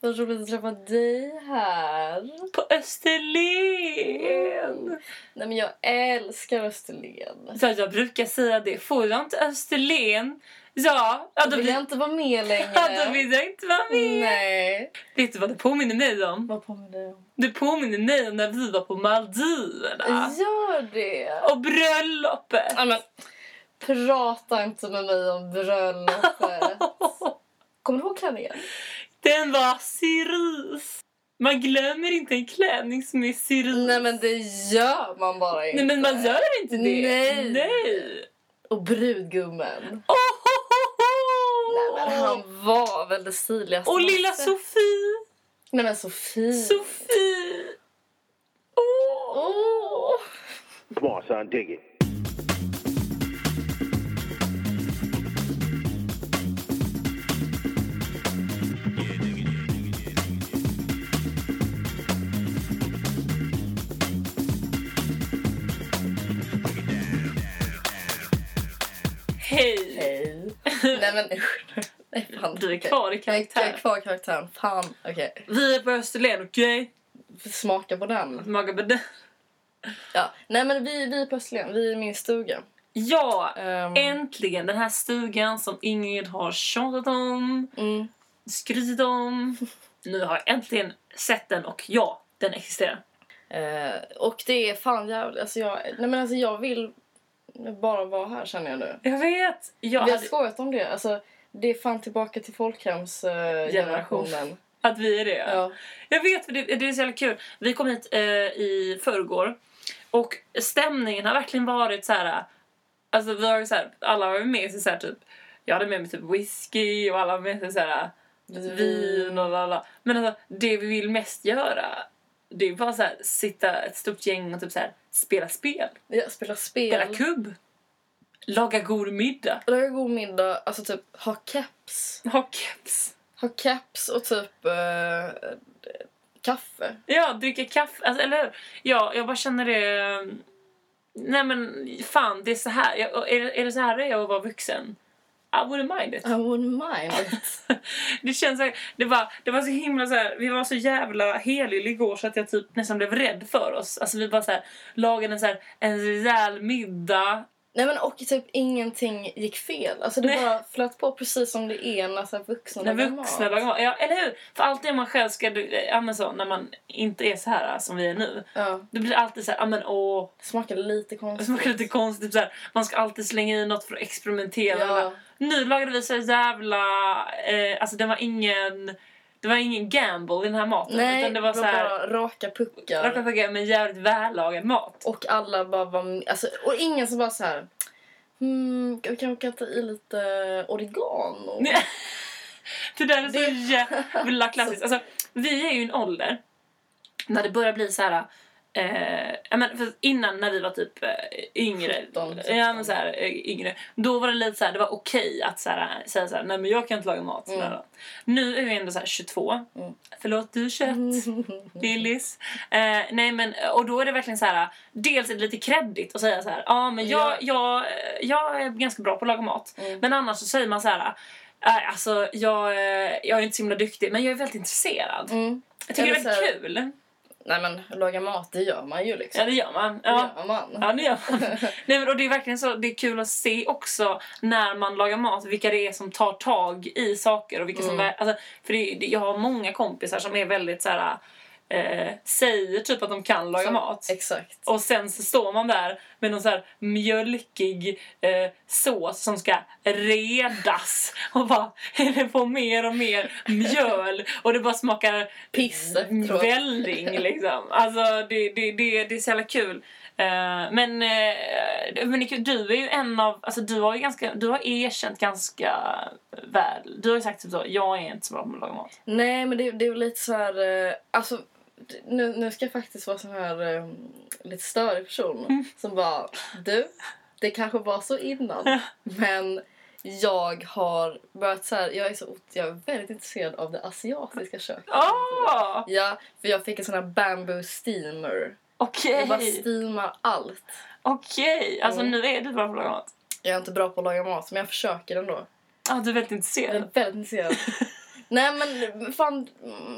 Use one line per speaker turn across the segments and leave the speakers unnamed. Vad roligt att träffa dig här.
På Österlen!
Nej men jag älskar Österlen.
Ja, jag brukar säga det. Får jag inte Österlen, ja, ja
Då
då,
vill jag
blir,
inte vara med längre.
ja, då vill jag inte vara med.
Nej.
Vet du vad det påminner mig om?
Vad påminner du om?
Det påminner mig om när vi var på
Mm.
Maldiverna.
Gör det.
Och bröllopet.
Ja, men, prata inte med mig om bröllopet. Kommer du ihåg klänningen?
Den var syris. Man glömmer inte en klänning som är syris.
Nej men det gör man bara inte.
Nej, men man gör inte det.
Nej.
Nej.
Och brudgummen.
Oh, ho, ho, ho.
Nej men han var väl det stiligaste.
Och
man
lilla
sett.
Sofie.
Nej men Sofie.
Sofie! Åh!
Åh.
Come on, son, dig it.
Hej!
Hej. Nej men usch. Nej fan.
Du är
okej.
kvar i
Jag är
karaktär.
kvar i karaktären. Fan okej.
Vi är på Österlen, okej?
Smaka på den.
Okay?
Ja. Nej men vi, vi är på Österlen. Vi är i min stuga.
Ja!
Ehm,
Äntligen! Den här stugan som Ingrid har tjatat om,
mm.
skrytit om. Nu har jag äntligen sett den och ja, den existerar.
Eh, och det är fan jävligt. Alltså jag, nej men alltså jag vill bara vara här känner jag nu.
Jag vet! Jag
Vi har
hade,
skojat om det. Alltså, det är fan tillbaka till
Generation.
folkhemsgenerationen. Uh,
att vi är det.
ja.
Jag vet, för det, det är så jävla kul. Vi kom hit eh, i förrgår och stämningen har verkligen varit så här. Alltså vi har ju så här, alla har ju med sig så här typ. Jag hade med mig typ whisky och alla har med sig så här
Lite
vin och alla. Men alltså det vi vill mest göra det är bara så här sitta ett stort gäng och typ så här spela spel,
ja, spela
spela
spel.
kubb, laga god middag,
Laga god middag. Alltså typ ha keps.
ha keps.
Ha keps och typ eh, kaffe.
Ja, dricka kaffe. Alltså, eller hur? Ja, jag bara känner det... ehm, Nej men fan, det är så här. Jag, är, det- är det så här det är att vara vuxen? I wouldn't mind it.
I wouldn't mind it.
det känns så här, det var, det var så himla så här, vi var så jävla helylle igår så att jag typ nästan blev rädd för oss. Alltså vi bara så här, lagade en så här, en rejäl middag.
Nej men och typ ingenting gick fel. Alltså det
Nej.
bara flöt på precis som det är när så här vuxna
När
lagar
vuxna lagar mat. Ja, eller hur? För alltid när man själv ska, ja men så, när man inte är så här som vi är nu.
Ja.
Då blir det alltid så här, ja men åh.
Det smakade lite
Det
konstigt.
smakar lite konstigt. Typ såhär, man ska alltid slänga i något för att experimentera.
Ja.
Nu lagade vi så jävla... Eh, alltså det var ingen... Det var ingen gamble i den här maten.
Nej,
utan det var såhär...
bara raka puckar.
Raka puckar men jävligt vällagad mat.
Och alla bara var... Alltså, och ingen som bara så här... Hmm, vi kanske kan ta i lite oregano.
Nej, Det där är så
Det-
jävla klassiskt. Alltså, vi är ju i en ålder när det börjar bli så här... Eh, ja, men för innan när vi var typ eh, yngre,
17,
ja, men så här, eh, yngre, då var det lite så här, det var okej att så här, säga så här, nej men jag kan inte laga mat.
Mm.
Mm. Nu är vi ändå så här 22,
Mm.
förlåt du är 21, Lillis. Eh, nej men, och då är det verkligen så här, dels är det lite kreddigt att säga så här, ja men jag,
Ja.
jag, eh, jag är ganska bra på att laga mat.
Mm.
Men annars så säger man så här, eh, alltså jag, eh, jag är inte så himla duktig men jag är väldigt intresserad.
Mm.
Jag tycker det är
Eller
väldigt
så här-
kul.
Nej men laga mat, det gör man ju liksom.
Ja det gör man.
Det
Ja.
gör man.
Ja, det gör man. Nej, men, och det är verkligen så, det är kul att se också när man lagar mat vilka det är som tar tag i saker. Och vilka som
Mm.
är, alltså, för det, det, jag har många kompisar som är väldigt så här, eh, säger typ att de kan laga
Som-
mat.
Exakt.
Och sen så står man där med någon så här mjölkig eh, sås som ska redas. Och bara häller på mer och mer mjöl. Och det bara smakar
Piss efteråt.
välling liksom. Alltså det, det, det, det är så jävla kul. Eh, men eh, men Nico, du är ju en av, alltså du har ju ganska, du har erkänt ganska väl. Du har ju sagt typ så, jag är inte så bra på att laga mat.
Nej men det, det är väl lite så här... eh, Alltså, det- nu, nu ska jag faktiskt vara sån här eh, lite störig person som bara... Du, det kanske var så innan men jag har börjat så här... Jag är, så, ot- jag är väldigt intresserad av det asiatiska köket.
Ah,
Ja, för jag fick en sån här bamboo steamer.
Okej,
Jag bara steamar allt.
okej. Alltså
Mm.
nu är du bra på att laga mat.
Jag är inte bra på att laga mat men jag försöker ändå.
Ah, du är väldigt
Jag är
intresserad.
väldigt intresserad. Nej men fan,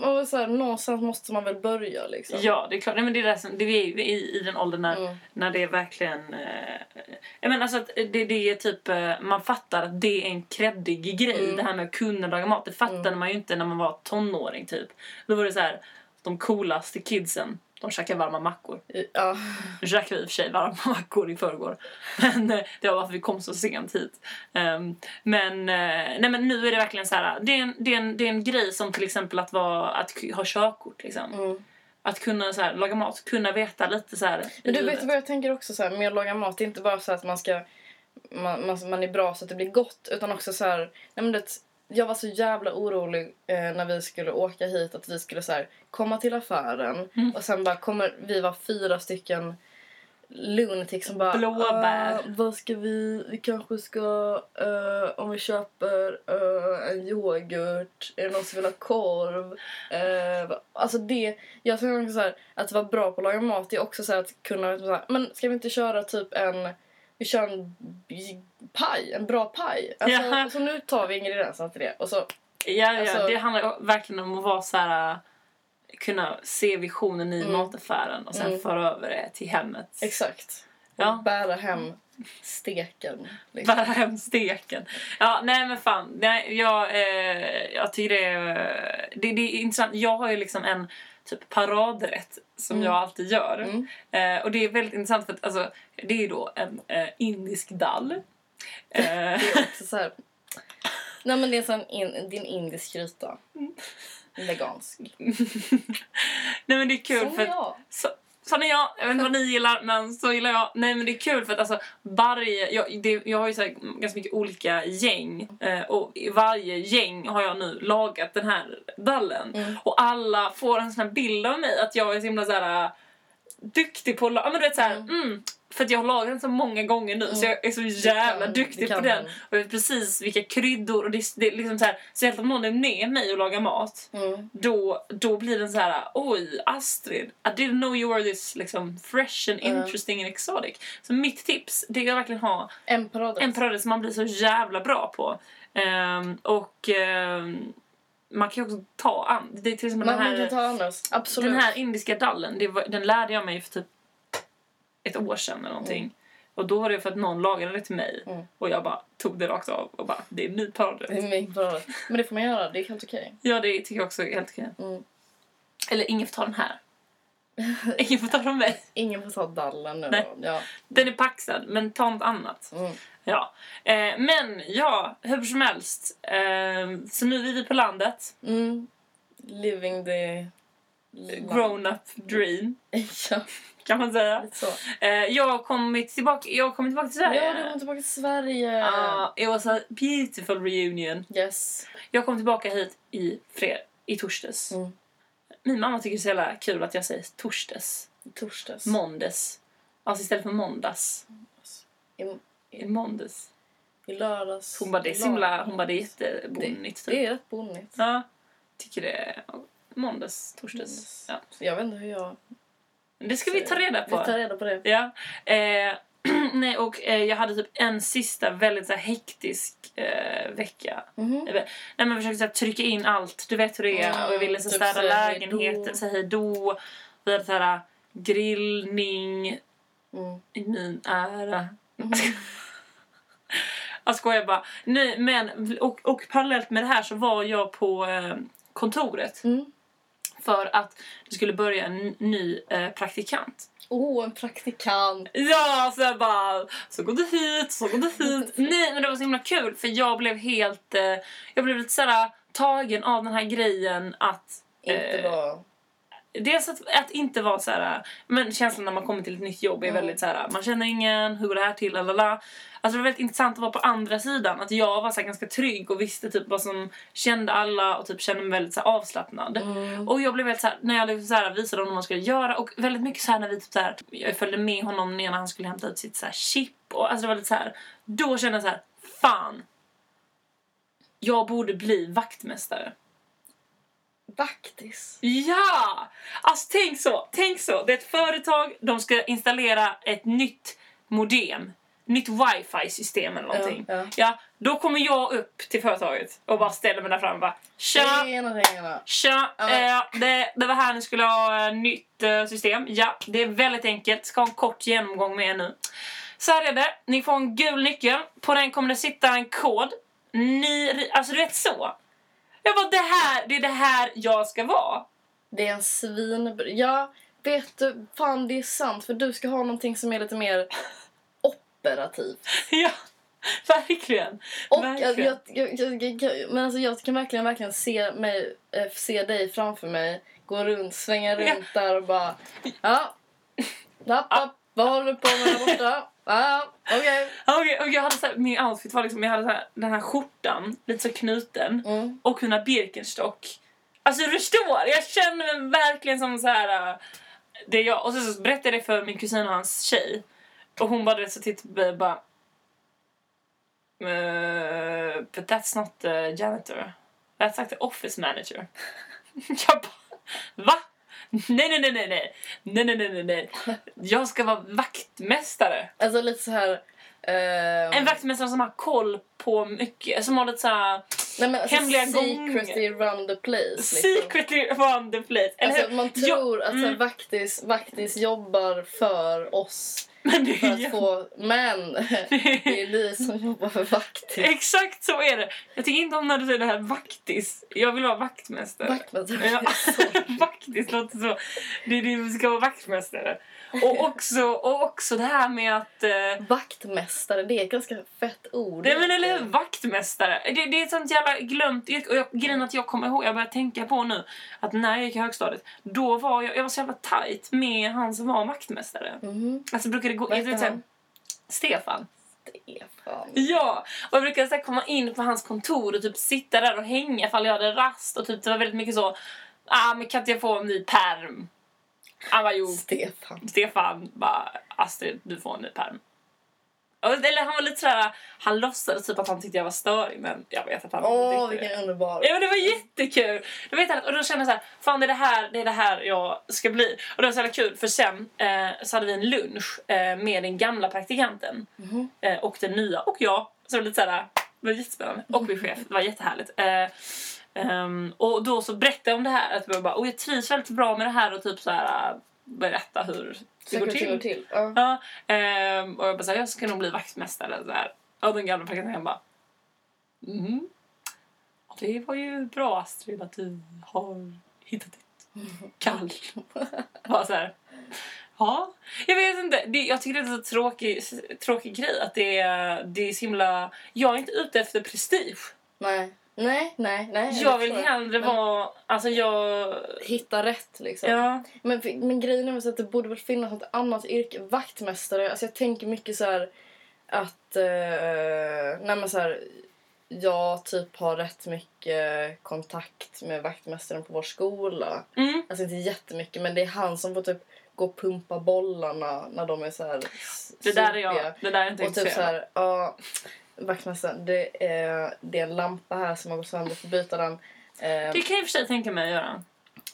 och så här, någonstans måste man väl börja liksom.
Ja, det är klart. Nej, men det är det som, det är ju i, i den åldern när,
Mm.
när det är verkligen... Eh, jag menar alltså att det, det är typ, eh, man fattar att det är en kreddig grej.
Mm.
Det här med att kunna laga mat, det fattade man ju inte när man var tonåring typ. Då var det så här, de coolaste kidsen, de käkar varma mackor.
Ja.
Nu käkade vi i och för sig varma mackor i förrgår. Men eh, det var varför vi kom så sent hit. Ehm, men, eh, nej, men nu är det verkligen så här. Det är, en, det, är en, det är en grej som till exempel att, vara, att k- ha körkort. Liksom.
Mm.
Att kunna så här, laga mat, kunna veta lite så här. i
Men du
livet.
vet du vad jag tänker också så här, med att laga mat, det är inte bara så att man ska man, man, man är bra så att det blir gott utan också så här, nej men det, jag var så jävla orolig eh, när vi skulle åka hit att vi skulle så här, komma till affären
Mm.
och sen bara kommer vi var fyra stycken lunatic som bara
Blåbär.
"Ah, vad ska vi, vi kanske ska eh, om vi köper eh, en yoghurt, är det någon som vill ha korv? Eh, alltså det, jag tror också så här, att vara bra på att laga mat det är också så här att kunna, liksom så här, men ska vi inte köra typ en vi kör en b- paj, en bra paj. Alltså,
Ja.
Så nu tar vi ingredienserna till det. Och så,
Ja, ja,
Alltså-
det handlar ju verkligen om att vara så här. eh, Kunna se visionen i mataffären och sen
Mm.
föra över det till hemmet.
exakt.
Ja.
Bära hem steken. Liksom.
Bära hem steken. Ja, nej men fan. Nej, jag, eh, jag tycker det är, det, det är intressant. Jag har ju liksom en typ paradrätt som jag alltid gör.
Mm.
Eh, och det är väldigt intressant för att alltså, det är ju då en eh, indisk dall. Eh,
Så, så här. Nej, men det är så en in, din indisk gryta.
Mm.
Vegansk.
nej men det är kul
Som
för att,
jag.
så, sån är jag. Jag vet inte vad ni gillar, men så gillar jag. Nej, men det är kul för att alltså, varje... Jag, det, jag har ju så här, ganska mycket olika gäng. Eh, och i varje gäng har jag nu lagat den här dallen.
Mm.
Och alla får en sån här bild av mig att jag är så himla så här, äh, duktig på att la- ja, men du vet så här, mm. För att jag har lagat den så många gånger nu så jag är så jävla
Mm. kan-
duktig
det
på
kan
den.
man.
Och jag vet precis vilka kryddor och det, det är liksom så här. Så helt om någon är med mig och lagar mat
Mm.
då, då blir den så här, oj Astrid, I didn't know you were this liksom, fresh and
Ja.
interesting and exotic. Så mitt tips det är att verkligen ha
En parad.
en paradrätt som man blir så jävla bra på. Ehm, och ehm, man kan ju också ta an, det är till exempel
man,
den
man kan
här,
ta annars. Absolut.
den här indiska dallen, det var, den lärde jag mig för typ ett år sedan eller någonting. Och då var det för att någon lagade det till mig
Mm.
och jag bara tog det rakt av och bara, det är en ny paradrätt.
Det är min parad. Men det får man göra, det är helt okej.
Ja, det tycker jag också är helt okej.
Mm.
Eller ingen får ta den här. ingen får ta från mig.
Ingen får ta dallen nu.
Nej.
då. Ja.
Den är paxad, men ta något annat.
Mm.
Ja. Eh, men ja, hur som helst. Eh, så nu är vi på landet.
Mm. Living the...
Grown up dream,
ja,
kan man säga.
lite så.
Eh, jag har kommit tillbaka, jag har kommit tillbaka till Sverige.
Ja, du kom tillbaka till Sverige.
Ah, it was a beautiful reunion.
Yes.
Jag kom tillbaka hit i, fred, i torsdags.
Mm.
Min mamma tycker det är så jävla kul att jag säger torsdags.
Torsdags.
Måndags. Alltså istället för måndags.
I,
I måndags.
I lördags.
Hon bara, det är så himla, hon bara, det är jättebonnigt.
Det är rätt bonnigt.
Ja, tycker det är måndags, torsdags.
Måndags.
Ja.
Så Jag vet inte hur jag...
Det ska vi ta reda
Vi tar
på.
reda på det.
Ja. Eh, nej, och eh, jag hade typ en sista väldigt så här, hektisk eh, vecka.
Mhm.
Nej, men jag försökte så här, trycka in allt, du vet hur det är.
Mm,
och jag ville så
typ
här, städa
säga hej då.
lägenheten, säga hej då. Vi hade så här, eh, grillning,
Mm. Mhm.
i min ära. jag skojar bara. Nej, men, och, och parallellt med det här så var jag på eh, kontoret
Mm.
för att det skulle börja en ny eh, praktikant.
Åh, en praktikant.
Ja, så jag bara så går du hit, så går du hit. Nej, men det var så himla kul för jag blev helt eh, jag blev lite såhär tagen av den här grejen att
Inte
eh,
var...
Dels att, att inte vara så här, men känslan när man kommer till ett nytt jobb är
Mm.
väldigt så här, man känner ingen, hur går det här till, lalala. Alltså det var väldigt intressant att vara på andra sidan, att jag var så här ganska trygg och visste typ vad som kände alla och typ kände mig väldigt så här avslappnad.
Mm.
Och jag blev väldigt så här, när jag liksom så här visade honom vad man skulle göra och väldigt mycket så här när vi typ så här, jag följde med honom när han skulle hämta ut sitt så här chip och alltså det var lite så här, då kände jag så här, fan. Jag borde bli vaktmästare.
Vaktis.
Ja! Alltså tänk så, tänk så. Det är ett företag, de ska installera ett nytt modem. Nytt wifi-system eller någonting.
Ja, ja.
Ja, Då kommer jag upp till företaget och bara ställer mig där framme och bara Tja!
Tjena, tjena.
Tja!
Ja.
Eh, det, det var här ni skulle ha eh, nytt eh, system. Ja, det är väldigt enkelt. Ska ha en kort genomgång med er nu. Så här är det. Ni får en gul nyckel. På den kommer det sitta en kod. Ni, ri- alltså du vet så. Jag bara, det här, det är det här jag ska vara.
Det är en svin... Ja, vet du, fan det är sant. För du ska ha någonting som är lite mer operativt.
ja, verkligen.
Och jag,
verkligen.
jag, jag, jag, jag, men alltså jag kan verkligen, verkligen se, mig, eh, se dig framför mig. Gå runt, svänga runt där och bara... Ja. Napp, napp. Vad håller du på med där borta? Ja, ja, okej.
Ja, och jag, och jag hade så här, min outfit var liksom, jag hade så här, den här skjortan, lite så knuten.
Mm.
och kunna Birkenstock. Alltså du förstår, jag känner mig verkligen som så här. äh, Det är jag. Och så, så berättade jag det för min kusin och hans tjej. Och hon bara du vet, så tittade på mig och bara... "Eh, but that's not the janitor. That's like the office manager. jag bara, va? Nej, nej, nej, nej, nej, nej, nej, nej, nej, nej. Jag ska vara vaktmästare.
Alltså lite så här... eh,
En vaktmästare som har koll på mycket, som har lite så här
nej, men alltså,
hemliga
secretly run the place. Liksom.
secretly run the place. Eller
Alltså,
hur?
man
Ja,
tror att så här,
mm.
vaktis, vaktis jobbar för oss
Men det
för
är
att
ju-
få... Men det är ni som jobbar för vaktis.
Exakt så är det. Jag tycker inte om när du säger det här vaktis. Jag vill vara vaktmästare.
Vaktmästare.
Ja, vaktis låter så. Det är det vi ska vara vaktmästare. Och också, och också det här med att... Eh,
Vaktmästare, det är ett ganska fett ord.
Nej men eller hur, vaktmästare. Det, det är ett sånt jävla glömt yrke. Och jag, grejen att jag kommer ihåg, jag börjar tänka på nu, att när jag gick i högstadiet, då var jag, jag var så jävla tajt med han som var vaktmästare.
Mhm.
Alltså brukade gå...
Vad hette
jag vet så här-
han?
Stefan.
Stefan.
Ja, och jag brukade så här komma in på hans kontor och typ sitta där och hänga ifall jag hade rast och typ det var väldigt mycket så ah men kan inte jag få en ny perm? Han var jo,
Stefan.
Stefan bara Astrid du får en ny perm. Och- Eller han var lite sådär, han låtsades typ att han tyckte jag var störig men jag vet att han inte
Åh,
tyckte det.
vilken underbar.
Ja men det var jättekul! Du vet, och då kände jag så här, fan det är det här, det är det här jag ska bli. Och det var så jävla kul för sen eh, så hade vi en lunch eh, med den gamla praktikanten
Mhm.
eh, och den nya och jag. Så det var lite så här, det var jättespännande. Och min chef, det var jättehärligt. Eh, ehm, och då så berättade jag om det här, att jag bara, och jag trivs väldigt bra med det här och typ så här eh, berätta hur det går till.
till. Ja.
Ja, ehm, och jag bara såhär, jag ska nog bli vaktmästare. Så här. Och den gamla praktikanten bara, mm. Ja, Det var ju bra Astrid att du har hittat ett kall. Bara så här. Ja, jag vet inte. Det, jag tycker det är en så tråkig, tråkig grej att det är, det är så himla... Jag är inte ute efter prestige.
Nej. Nej, nej, nej.
Jag vill
förstår.
hellre vara... Alltså jag...
Hitta rätt liksom.
Ja.
Men, men grejen är väl så att det borde väl finnas något annat yrke. Vaktmästare. Alltså jag tänker mycket så här att... Eh, nej men så här, jag typ har rätt mycket kontakt med vaktmästaren på vår skola.
Mm.
Alltså inte jättemycket men det är han som får typ gå och pumpa bollarna när de är så här s-
Det där är
sopiga.
jag, det där är jag inte
Och typ så
intresserad av.
här, ja, vaktmästaren det är, det är en lampa här som har gått sönder, får byta den. Eh,
Det kan jag i och för sig tänka mig att göra.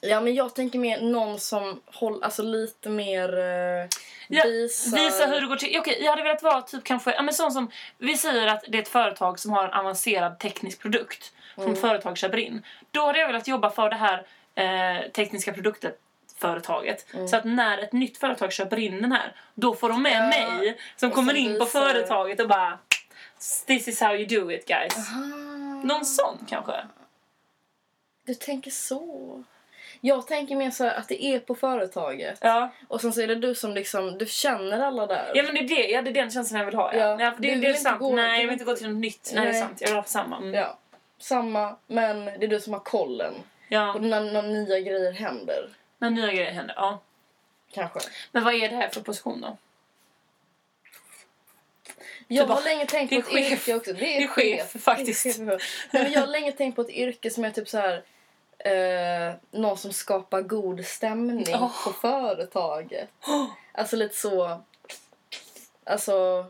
Ja, men jag tänker mer någon som håller, alltså lite mer eh,
Ja,
visar...
Visa hur det går till. Okej, jag hade velat vara typ kanske, ja men sån som, vi säger att det är ett företag som har en avancerad teknisk produkt som
Mm.
företag köper in. Då hade jag velat jobba för det här eh, tekniska produktet företaget. Så att när ett nytt företag köper in den här, då får de med
Mm. Ja,
mig som
och
kommer
som
in på
visar.
företaget och bara This is how you do it guys.
Ah,
Någon sån kanske?
Du tänker så. Jag tänker mer så här att det är på företaget.
Ja.
Och sen så är det du som liksom, du känner alla där.
ja men det är det, ja, det är den känslan jag vill ha. Ja.
Ja,
Nej, för
du
det,
vill
det är
inte
sant.
gå- du
Nej, jag
vill
vill inte gå till något nytt. Nej, det
Nej.
är sant. Jag vill ha samma. Mm.
Ja. Samma, men det är du som har kollen.
Ja.
Och när, när nya grejer händer,
När nya grejer händer. Ja.
kanske.
Men vad är det här för position då?
Jag
Du bara,
har länge tänkt
"Det
på
är
ett
chef."
yrke också. Typ Det
Det är chef, faktiskt.
Det är chef. Nej, men jag har länge tänkt på ett yrke som är typ så här... Eh, någon som skapar god stämning
Åh.
på företaget. Alltså lite så... Alltså...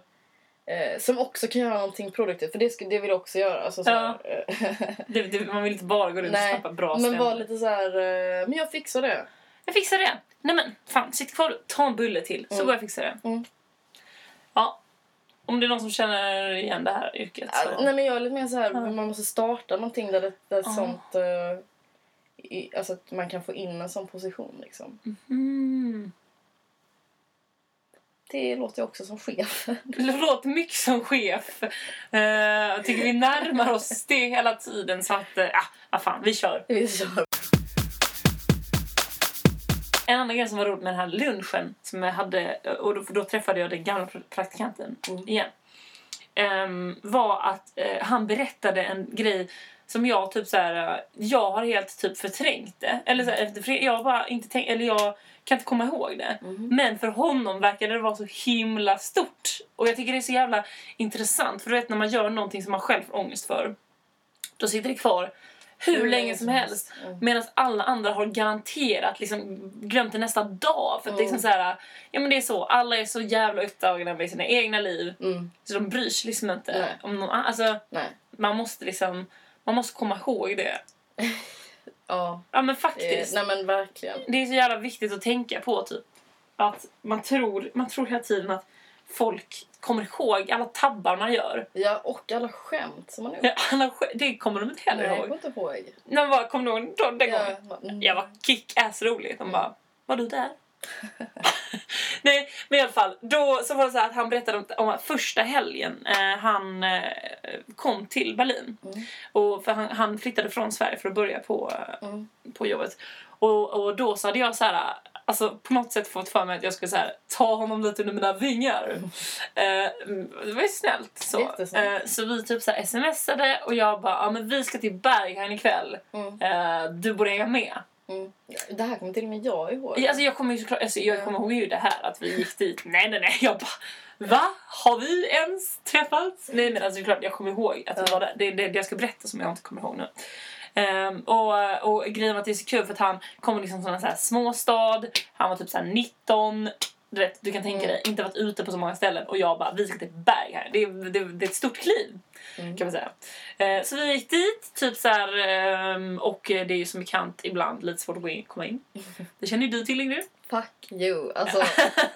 Eh, som också kan göra någonting produktivt, för det, sk- det vill jag också göra. Alltså, så här, eh,
Det, det, man vill inte bara gå runt och
nej,
skapa bra
men
stämning.
var lite så här... Eh, men jag fixar det.
Jag fixar det. Nej men fan, sitt kvar. Ta en bulle till så
Mm.
går jag och fixar det.
Mm.
Ja. Om det är någon som känner igen det här yrket.
Ja,
Så.
nej, men jag är lite mer så här, man måste starta någonting där det där
Ja.
sånt... eh, i, alltså att man kan få in en sån position liksom.
Mm.
Det låter ju också som chef.
Det låter mycket som chef. Eh, jag tycker vi närmar oss det hela tiden så att, eh, ja, vad fan, vi kör.
Vi kör.
En annan grej som var roligt med den här lunchen som jag hade, och då, för då träffade jag den gamla praktikanten
Mm.
igen. ehm, var att eh, han berättade en grej som jag typ så här, eh, jag har helt typ förträngt det. Eller så här, efter- för jag bara inte tänk, eller jag kan inte komma ihåg det. Men för honom verkade det vara så himla stort. Och jag tycker det är så jävla intressant. För du vet när man gör någonting som man själv får ångest för. Då sitter det kvar hur, länge som helst.
Mm.
Medan alla andra har garanterat liksom, glömt det nästa dag. För att det är
Mm.
liksom så här, ja men det är så, alla är så jävla upptagna med sina egna liv.
Mm,
Så de bryr sig liksom inte.
Nej.
Om någon, annan. alltså,
nej.
man måste liksom, man måste komma ihåg det.
Ja,
Ja men
det,
faktiskt.
Eh, nej men verkligen.
Det är så jävla viktigt att tänka på typ. Att man tror, man tror hela tiden att folk kommer ihåg alla tabbar man gör.
Ja, och alla skämt som man gjort.
Ja, alla, sk- det kommer de inte heller
Nej, jag
ihåg.
kommer inte ihåg.
När man bara, kommer du ihåg den gången?
Ja, mm.
Jag var kick-ass rolig. De bara, var du där? Nej, men i alla fall. Då så var det så här att han berättade om, om att första helgen eh, han eh, kom till Berlin.
Mm.
Och för han, han flyttade från Sverige för att börja på, eh,
Mm.
på jobbet. Och, och då så hade jag så här, alltså på något sätt fått för mig att jag skulle så här, ta honom lite under mina vingar. Eh, det var ju snällt. Så,
Mm. Jättesnällt.
eh, så vi typ så här smsade och jag bara, ja men vi ska till Berghain ikväll.
Mm.
Eh, du borde hänga med.
Mm. Det här kommer till och med jag ihåg.
Ja, Alltså jag kommer ju såklart, alltså jag kommer ihåg ju det här att vi gick dit. Nej, nej, nej. Jag bara, va? Har vi ens träffats? Nej, men alltså det är klart jag kommer ihåg att vi
Ja.
var där. Det är det, det jag ska berätta som jag inte kommer ihåg nu. Ehm, och, och grejen var att det är så kul för att han kommer liksom från en sån här småstad. Han var typ så här 19. Du vet, du kan
Mm.
tänka dig, inte varit ute på så många ställen. Och jag bara, vi ska till berg här. Det, är- det, det är ett stort kliv
Mm.
kan man säga. Eh, så vi gick dit, typ så här, ehm, och eh, det är ju som bekant ibland lite svårt att gå in, komma in. Det känner ju du till Ingrid.
Fuck you. Alltså,
Nej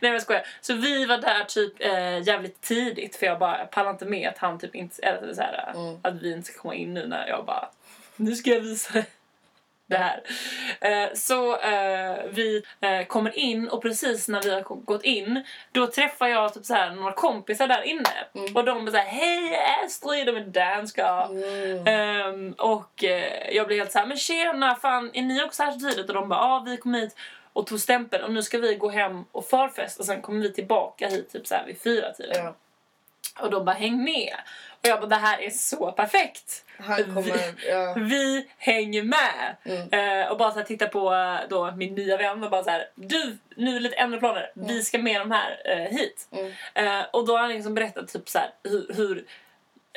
men jag skojar. Så vi var där typ eh, jävligt tidigt för jag bara jag pallar inte med att han typ inte, eller så här, eh,
Mm.
att vi inte ska komma in nu när jag bara, nu ska jag visa det här. Eh, så eh, vi eh, kommer in och precis när vi har ko- gått in då träffar jag typ så här, några kompisar där inne
Mm.
och de bara såhär hej Astrid, de är danska.
mm.
Ehm, och eh, jag blev helt så här, men tjena, fan, är ni också här så tidigt? Och de bara, ja ah, vi kom hit och tog stämpeln och nu ska vi gå hem och förfesta och sen kommer vi tillbaka hit typ så här vid fyra tiden.
Ja.
Och de bara, häng med. Och jag bara, det här är så perfekt.
Han kommer... Ja.
Vi hänger med!
Mm.
Eh, och bara så här, titta på eh, då, min nya vän och bara så här, du, nu är det lite ändra planer, vi ska med de här eh, hit.
Mm.
Eh, och då har han liksom berättat typ så här, hur, hur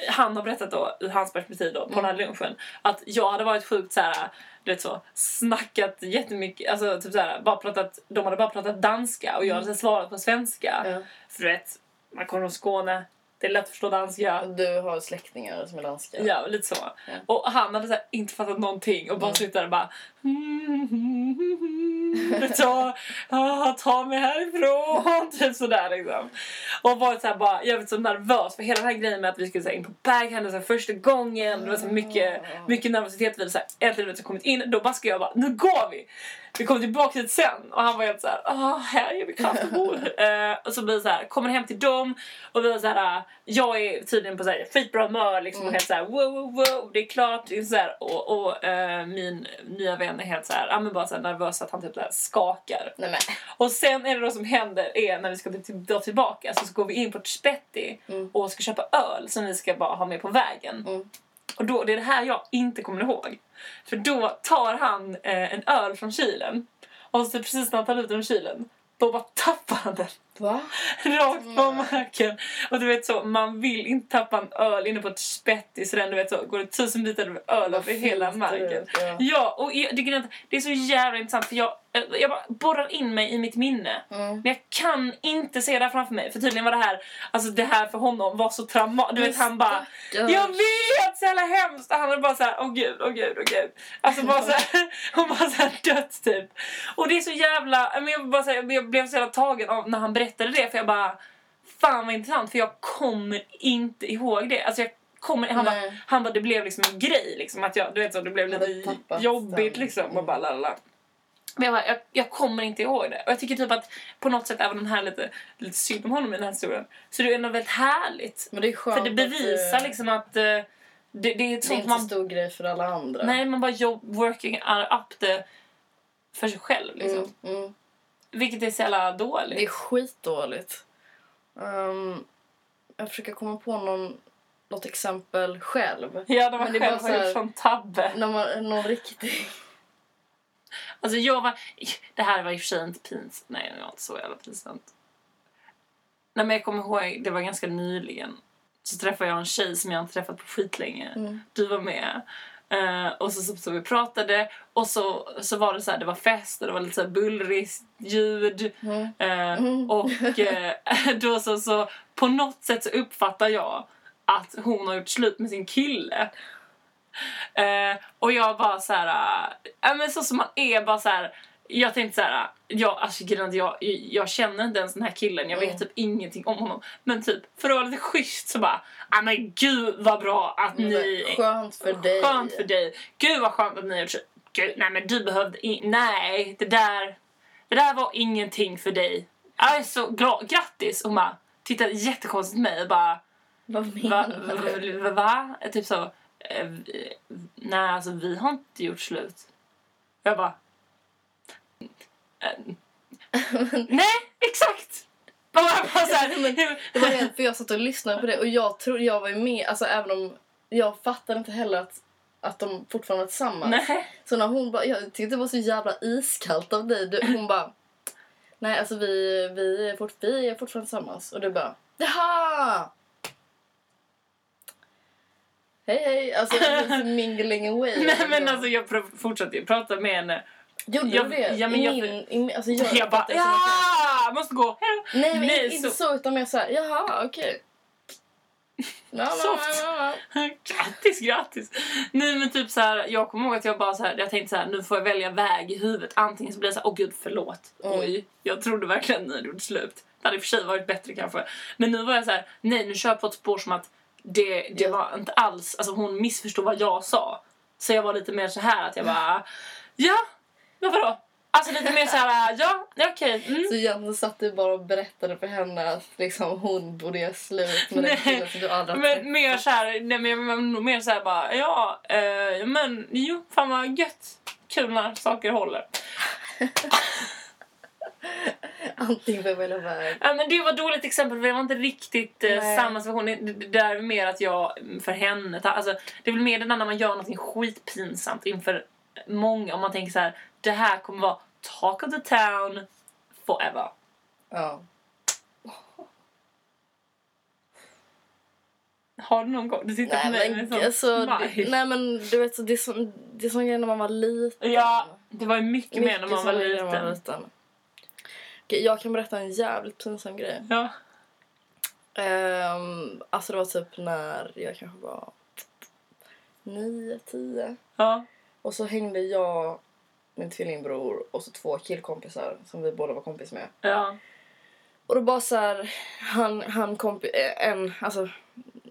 han har berättat då ur hans perspektiv då på den här
Mm.
lunchen att jag hade varit sjukt så här du vet så snackat jättemycket alltså typ så här bara pratat de hade bara pratat danska och jag hade så här svarat på svenska
Mm. Ja.
för du vet man kommer från Skåne det är lätt att förstå danska
Du har släktingar som är danska.
Ja, lite så.
Ja.
Och han hade så här, inte fattat någonting och bara
Mm.
suttit där och bara... "Mm, Ta, ah, ta mig härifrån! Typ sådär liksom. Och varit så här bara, jag vet så nervös för hela den här grejen med att vi skulle så här, in på Berghain så första gången. Det var så här mycket,
Mm.
mycket nervositet. Vi hade så här, äntligen vet, jag kommit in. Då bara ska jag bara, nu går vi! Vi kommer tillbaka hit sen. Och han var helt så här, ah, här är vi kraft och bor. Eh, och så blir det så här, kommer hem till dem och vi var så här, ah, jag är tydligen på så här, skitbra humör liksom och helt så här, wow, wow, wow, det är klart. Det är så här, och och eh, min nya vän är helt så här, ah, men bara så här nervös så att han typ så här skakar.
Nej, men.
Och sen är det då som händer är när vi ska till- dra tillbaka så, så går vi in på ett spetti
Mm.
och ska köpa öl som vi ska bara ha med på vägen.
Mm.
Och då, det är det här jag inte kommer ihåg. För då tar han eh, en öl från kylen och så precis när han tar ut den ur kylen då bara tappar han den
Va?
rakt på
Nej.
marken. Och du vet så, man vill inte tappa en öl inne på ett spetti så den du vet så går det tusen bitar öl över hela marken.
Ja.
Ja, och jag, det, grejen är att det är så jävla intressant för jag, eh, jag bara borrar in mig i mitt minne.
Mm.
Men jag kan inte se det här framför mig för tydligen var det här, alltså det här för honom var så traumatiskt. Du vet han bara
Stackars.
jag vet! Så jävla hemskt! Och Han var bara så här, åh gud, åh gud, åh gud. Alltså bara så här, hon bara så här dött typ. Och det är så jävla, men jag, bara så här, jag blev så jävla tagen av när han berättade det för jag bara, fan vad intressant för jag kommer inte ihåg det. Alltså jag kommer, han, bara,
Nej.
han bara, det blev liksom en grej liksom. Att jag, du vet så, det blev
Hade
lite
tappat
jobbigt
den.
liksom. Och bara, lalala. Men jag, bara, jag, jag kommer inte ihåg det. Och jag tycker typ att på något sätt även den här lite, lite synd om honom i den här historien. Så det är ändå väldigt härligt.
Men det är skönt
För det bevisar
att, eh,
liksom att eh, det, det är ett
Det är
sånt
inte
man...
stor grej för alla andra.
Nej, man bara jobb, working up det för sig själv liksom.
mm, mm.
Vilket är så jävla dåligt.
Det är skitdåligt. Ehm, jag försöker komma på någon, något exempel själv.
Ja, när man
Men det är
själv
bara
har
så här-
gjort sån tabbe.
När man, någon riktig...
Alltså jag var... Det här var i och för sig inte pinsamt. Nej, det var inte så jävla pinsamt. Nej, men jag kommer ihåg, det var ganska nyligen. Så träffade jag en tjej som jag inte träffat på skitlänge.
Mm.
Du var med. Eh, och så, så, så vi pratade och så, så var det så här, det var fest och det var lite så här bullrigt ljud. Eh, Och eh, då så, så på något sätt så uppfattar jag att hon har gjort slut med sin kille. Eh, och jag bara så här, äh, men så som man är bara så här. Jag tänkte så här, jag, alltså, grejen är att jag, jag känner inte ens den här killen, jag vet
Mm.
typ ingenting om honom. Men typ, för att vara lite schysst så bara, äh, men gud vad bra att
Mm.
ni...
Men Skönt för dig.
Skönt för dig. Gud vad skönt att ni har gjort så. Gud, nej men du behövde in, Nej, det där, det där var ingenting för dig. Jag är så glad. Grattis! Hon bara tittade jättekonstigt på mig och bara
Vad
va,
menar
va,
du?
va, va? Typ så. eh, vi- Nej, alltså vi har inte gjort slut. Jag bara... eh, Nej, exakt! Man bara, bara så här, hur,
Det var helt, för jag satt och lyssnade på det och jag tror jag var ju med, alltså även om jag fattade inte heller att, att de fortfarande var tillsammans.
nej.
Så när hon bara, jag tyckte det var så jävla iskallt av dig. Du, hon bara, nej alltså vi, vi, är fort, vi är fortfarande tillsammans. Och du bara, jaha! Hej hej, alltså det är så mingling away.
nej men alltså jag prov- fortsatte ju prata med henne
Gjorde
jag-
du det?
ja, men
I
jag-
min, i min, alltså jag,
Jag bara
fattar inte så mycket.
ja, måste gå. Hej då."
Nej men
Nej,
inte, inte
så-
så utan mer såhär, jaha okej. Ja, ja,
Soft.
ja, ja.
Grattis, grattis. Nej men typ så här, jag kommer ihåg att jag bara så här, jag tänkte så här, nu får jag välja väg i huvudet. Antingen så blir det så här, åh gud förlåt.
Mm.
Oj, jag trodde verkligen ni hade gjort slut. Det hade i och för sig varit bättre kanske. Men nu var jag så här, nej nu kör jag på ett spår som att det, det
Ja.
var inte alls, alltså hon missförstod vad jag sa. Så jag var lite mer så här att jag bara, ja, men vadå? Alltså lite mer så här, ja, ja, okej. Mm.
Så egentligen satt du bara och berättade för henne att liksom, hon borde göra slut med den
Nej,
killen som du aldrig har träffat.
Men mer såhär, nej men jag nog mer såhär bara, ja, eh, men jo, fan vad gött. Kul när saker håller.
Antingen behöver jag väg.
Ja, men det var ett dåligt exempel för det var inte riktigt eh,
Nej.
samma situation. Det, det där är mer att jag, mm, för henne, ta, alltså, det är väl mer det där när man gör någonting skitpinsamt inför många. Om man tänker så här, det här kommer vara talk of the town forever.
Ja.
Har du någon gång? Du tittar på mig
Nej,
med
men,
en
alltså,
sån
det,
smile.
nej men du vet, så, det är sån det är sån grej när man var liten.
Ja, det var ju mycket, mer när
Mycket
man var
sån grej när man var
liten.
liten. Okej, jag kan berätta en jävligt pinsam grej.
Ja.
Ehm, alltså det var typ när jag kanske var nio, tio.
Ja.
Och så hängde jag, min tvillingbror och så två killkompisar som vi båda var kompis med.
Ja.
Och då bara så här, han, han komp- eh, en, alltså,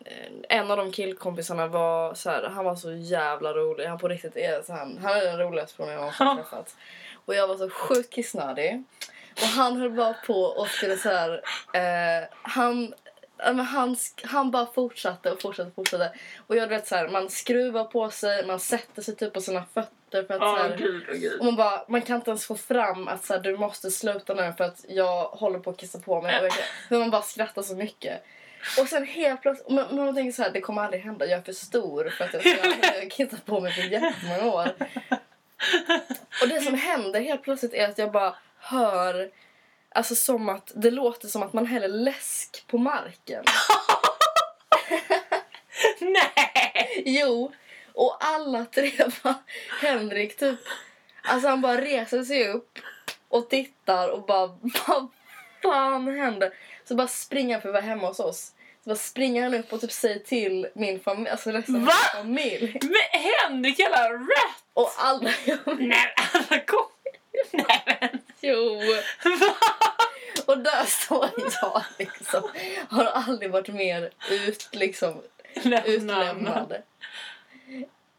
eh, en av de killkompisarna var så här, han var så jävla rolig. Han på riktigt är så här, han är den roligaste personen jag någonsin träffat. Och jag var så sjukt kissnödig. Och han höll bara på och skulle så här, eh, han, ja, men han, sk- han bara fortsatte och fortsatte och fortsatte. Och jag du vet så här, man skruvar på sig, man sätter sig typ på sina fötter för att så
Åh
här,
gud, åh gud.
och man bara, man kan inte ens få fram att så här, du måste sluta nu för att jag håller på att kissa på mig. Och jag kan- Men man bara skrattar så mycket. Och sen helt plötsligt, men, men man tänker så här, det kommer aldrig hända, jag är för stor för att jag ska kissa på mig för jättemånga år. Och det som händer helt plötsligt är att jag bara hör, alltså som att, det låter som att man häller läsk på marken.
Nej!
Jo, och alla tre bara... Henrik typ... Alltså han bara reser sig upp och tittar och bara... Vad fan händer? Så bara springer han för att vara hemma hos oss. Så bara springer han upp och typ säger till min familj, alltså resten av
Va?
min familj.
Men Henrik jävla rätt!
Och alla...
Nej men alla kom. Nej men
jo.
va?
Och där står jag liksom. liksom, har aldrig varit mer ut, liksom,
Utlämnad.
utlämnad.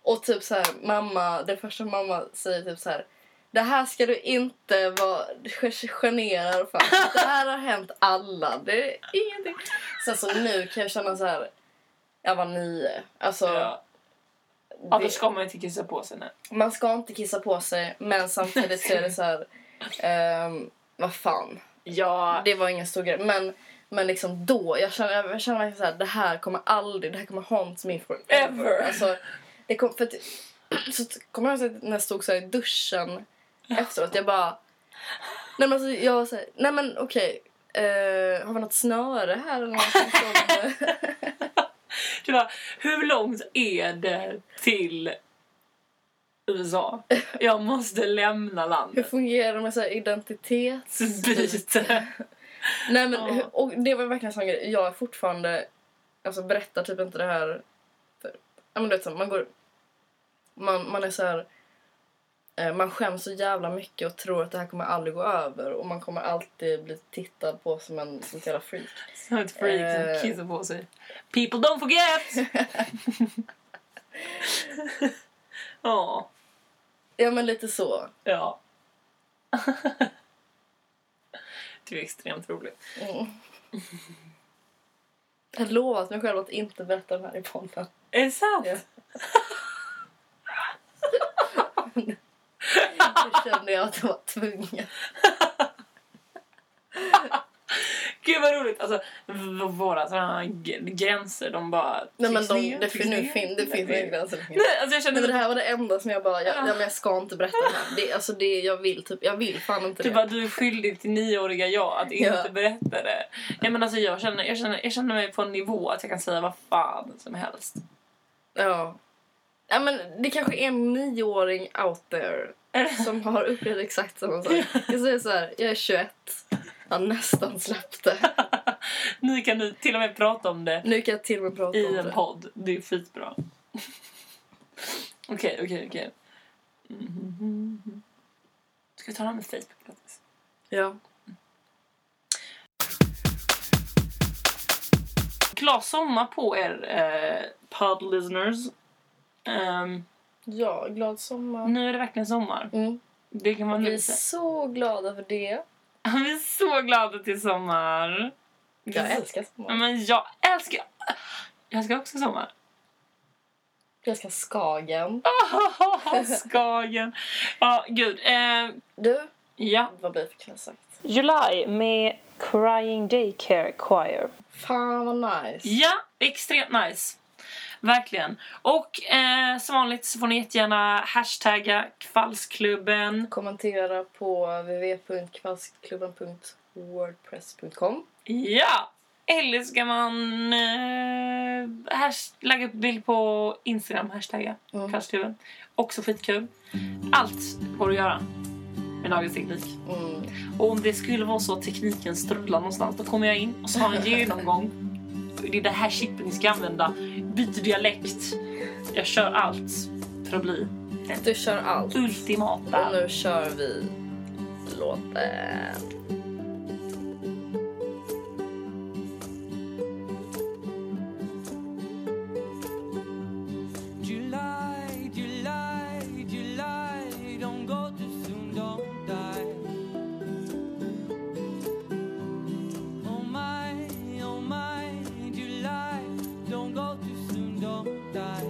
Och typ så här, mamma, det första mamma säger typ så här. Det här ska du inte vara ge- generad för. Det här har hänt alla. Det är ingenting. Sen så nu kan jag känna så här. Jag var nio. Alltså,
Ja. ja, då
det-
ska man ju inte kissa på sig. Nej.
man ska inte kissa på sig. Men samtidigt så är det så här. ehm, vad fan.
Ja,
Det var ingen stor grej. Men, men liksom då, jag känner, jag känner verkligen så här, det här kommer aldrig, det här kommer haunt me forever.
Ever.
Alltså, det kom, för att, så t- kommer jag ihåg att när jag stod så här i duschen efteråt, jag bara... Nej men alltså, jag var så här, nej men okej. eh, har vi något snöre här eller någonting som...
du bara, hur långt är det till USA? Jag måste lämna
Hur
landet.
eh, fungerar det med så här identitet?
Byte.
Nej men,
Ja.
hur- och det var verkligen en sån grej. Jag är fortfarande, alltså berättar typ inte det här. För, ja men du vet så, man går, man, man är så här. eh, Man skäms så jävla mycket och tror att det här kommer aldrig gå över och man kommer alltid bli tittad på som en som ett jävla freak.
Som ett freak
Eh.
som kissar på sig. People don't forget! Ja,
Ja men lite så.
ja. Du är extremt rolig.
Mm. Jag har lovat mig själv att inte berätta det här i podden.
Är det sant?
Ja. Nu kände jag att jag var tvungen.
Gud vad roligt! Alltså, v- våra såna här g- gränser, de bara...
Nej men
tycks
de,
ner,
det,
tycks
fin, nu
ner.
fin, det finns inga gränser.
Nej, alltså jag
Nej,
känner
men det
mig...
här var det enda som jag bara, jag,
Ah.
ja, men jag ska inte berätta det här. Det, alltså det, jag vill typ, jag vill fan inte
Du
det.
bara, du är skyldig till nioåriga jag att inte
Ja.
berätta det. Ja, men alltså, jag, känner, jag, känner, jag känner mig på en nivå att jag kan säga vad fan som helst.
Ja. ja men det kanske är en nioåring out there
Är det-
som har upplevt exakt samma sak. Jag säger så här, jag är 21. Jag har nästan släppt det.
nu kan du till och med prata om det
Nu kan jag till och med prata
i
om
en
det.
podd. Det är skitbra. Okej, okej, okej. Mhm. Ska vi tala om Facebook? Grattis.
Ja.
Glad sommar på er eh, pod listeners. Ehm,
ja, glad sommar.
nu är det verkligen sommar.
Mm.
Det kan man
Vi är
nu säga.
så glada för det.
Vi är så glada till sommar.
Jag älskar
Ja,
sommar.
Men jag älskar... Jag älskar också sommar.
Jag älskar Skagen.
Skagen. Ja, gud. Eh,
Du,
ja.
vad blir det för kväll sagt?
July med Crying Daycare Choir.
Fan vad nice.
Ja, extremt nice. Verkligen. Och eh, som vanligt så får ni jättegärna hashtagga kvällsklubben.
kommentera på www.kvallsklubben.wordpress.com.
Ja! Eller ska man eh, hash, lägga upp bild på Instagram, hashtagga
Mm.
kvällsklubben. Också skitkul. Allt går att göra med dagens teknik.
Mm.
Och om det skulle vara så att tekniken strular någonstans, då kommer jag in och så har jag en genomgång. Det är det här chippet ni ska använda. Byt dialekt. Jag kör allt för att bli
Du kör allt.
ultimata.
Och nu kör vi låten.
July, July, July, don't go too soon, don't die. Oh my, oh my, July, don't go too soon, don't die.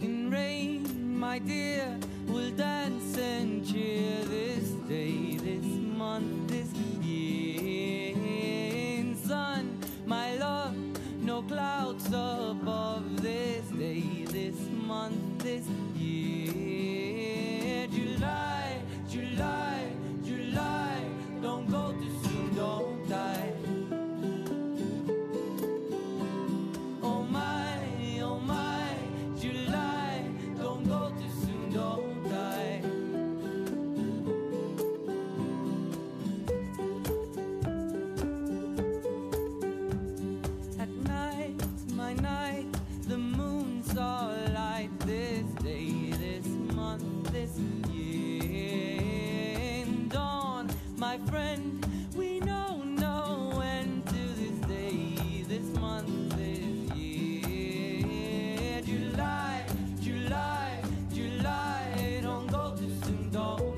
In rain, my dear, we'll dance and cheer this day, this month, this year. In sun, my love, no clouds above this day, this month, this year. July, July, July, don't go too soon, don't die. Oh my, oh my, July, don't go too soon, don't die. At night, my night, the moon's all light this day, Oh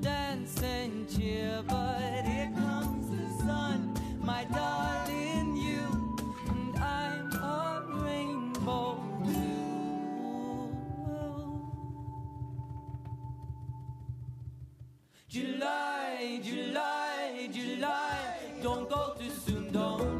dance and cheer, but here comes the sun, my darling, you and I'm a rainbow blue. July, July, July, don't go too soon, don't. Oh Oh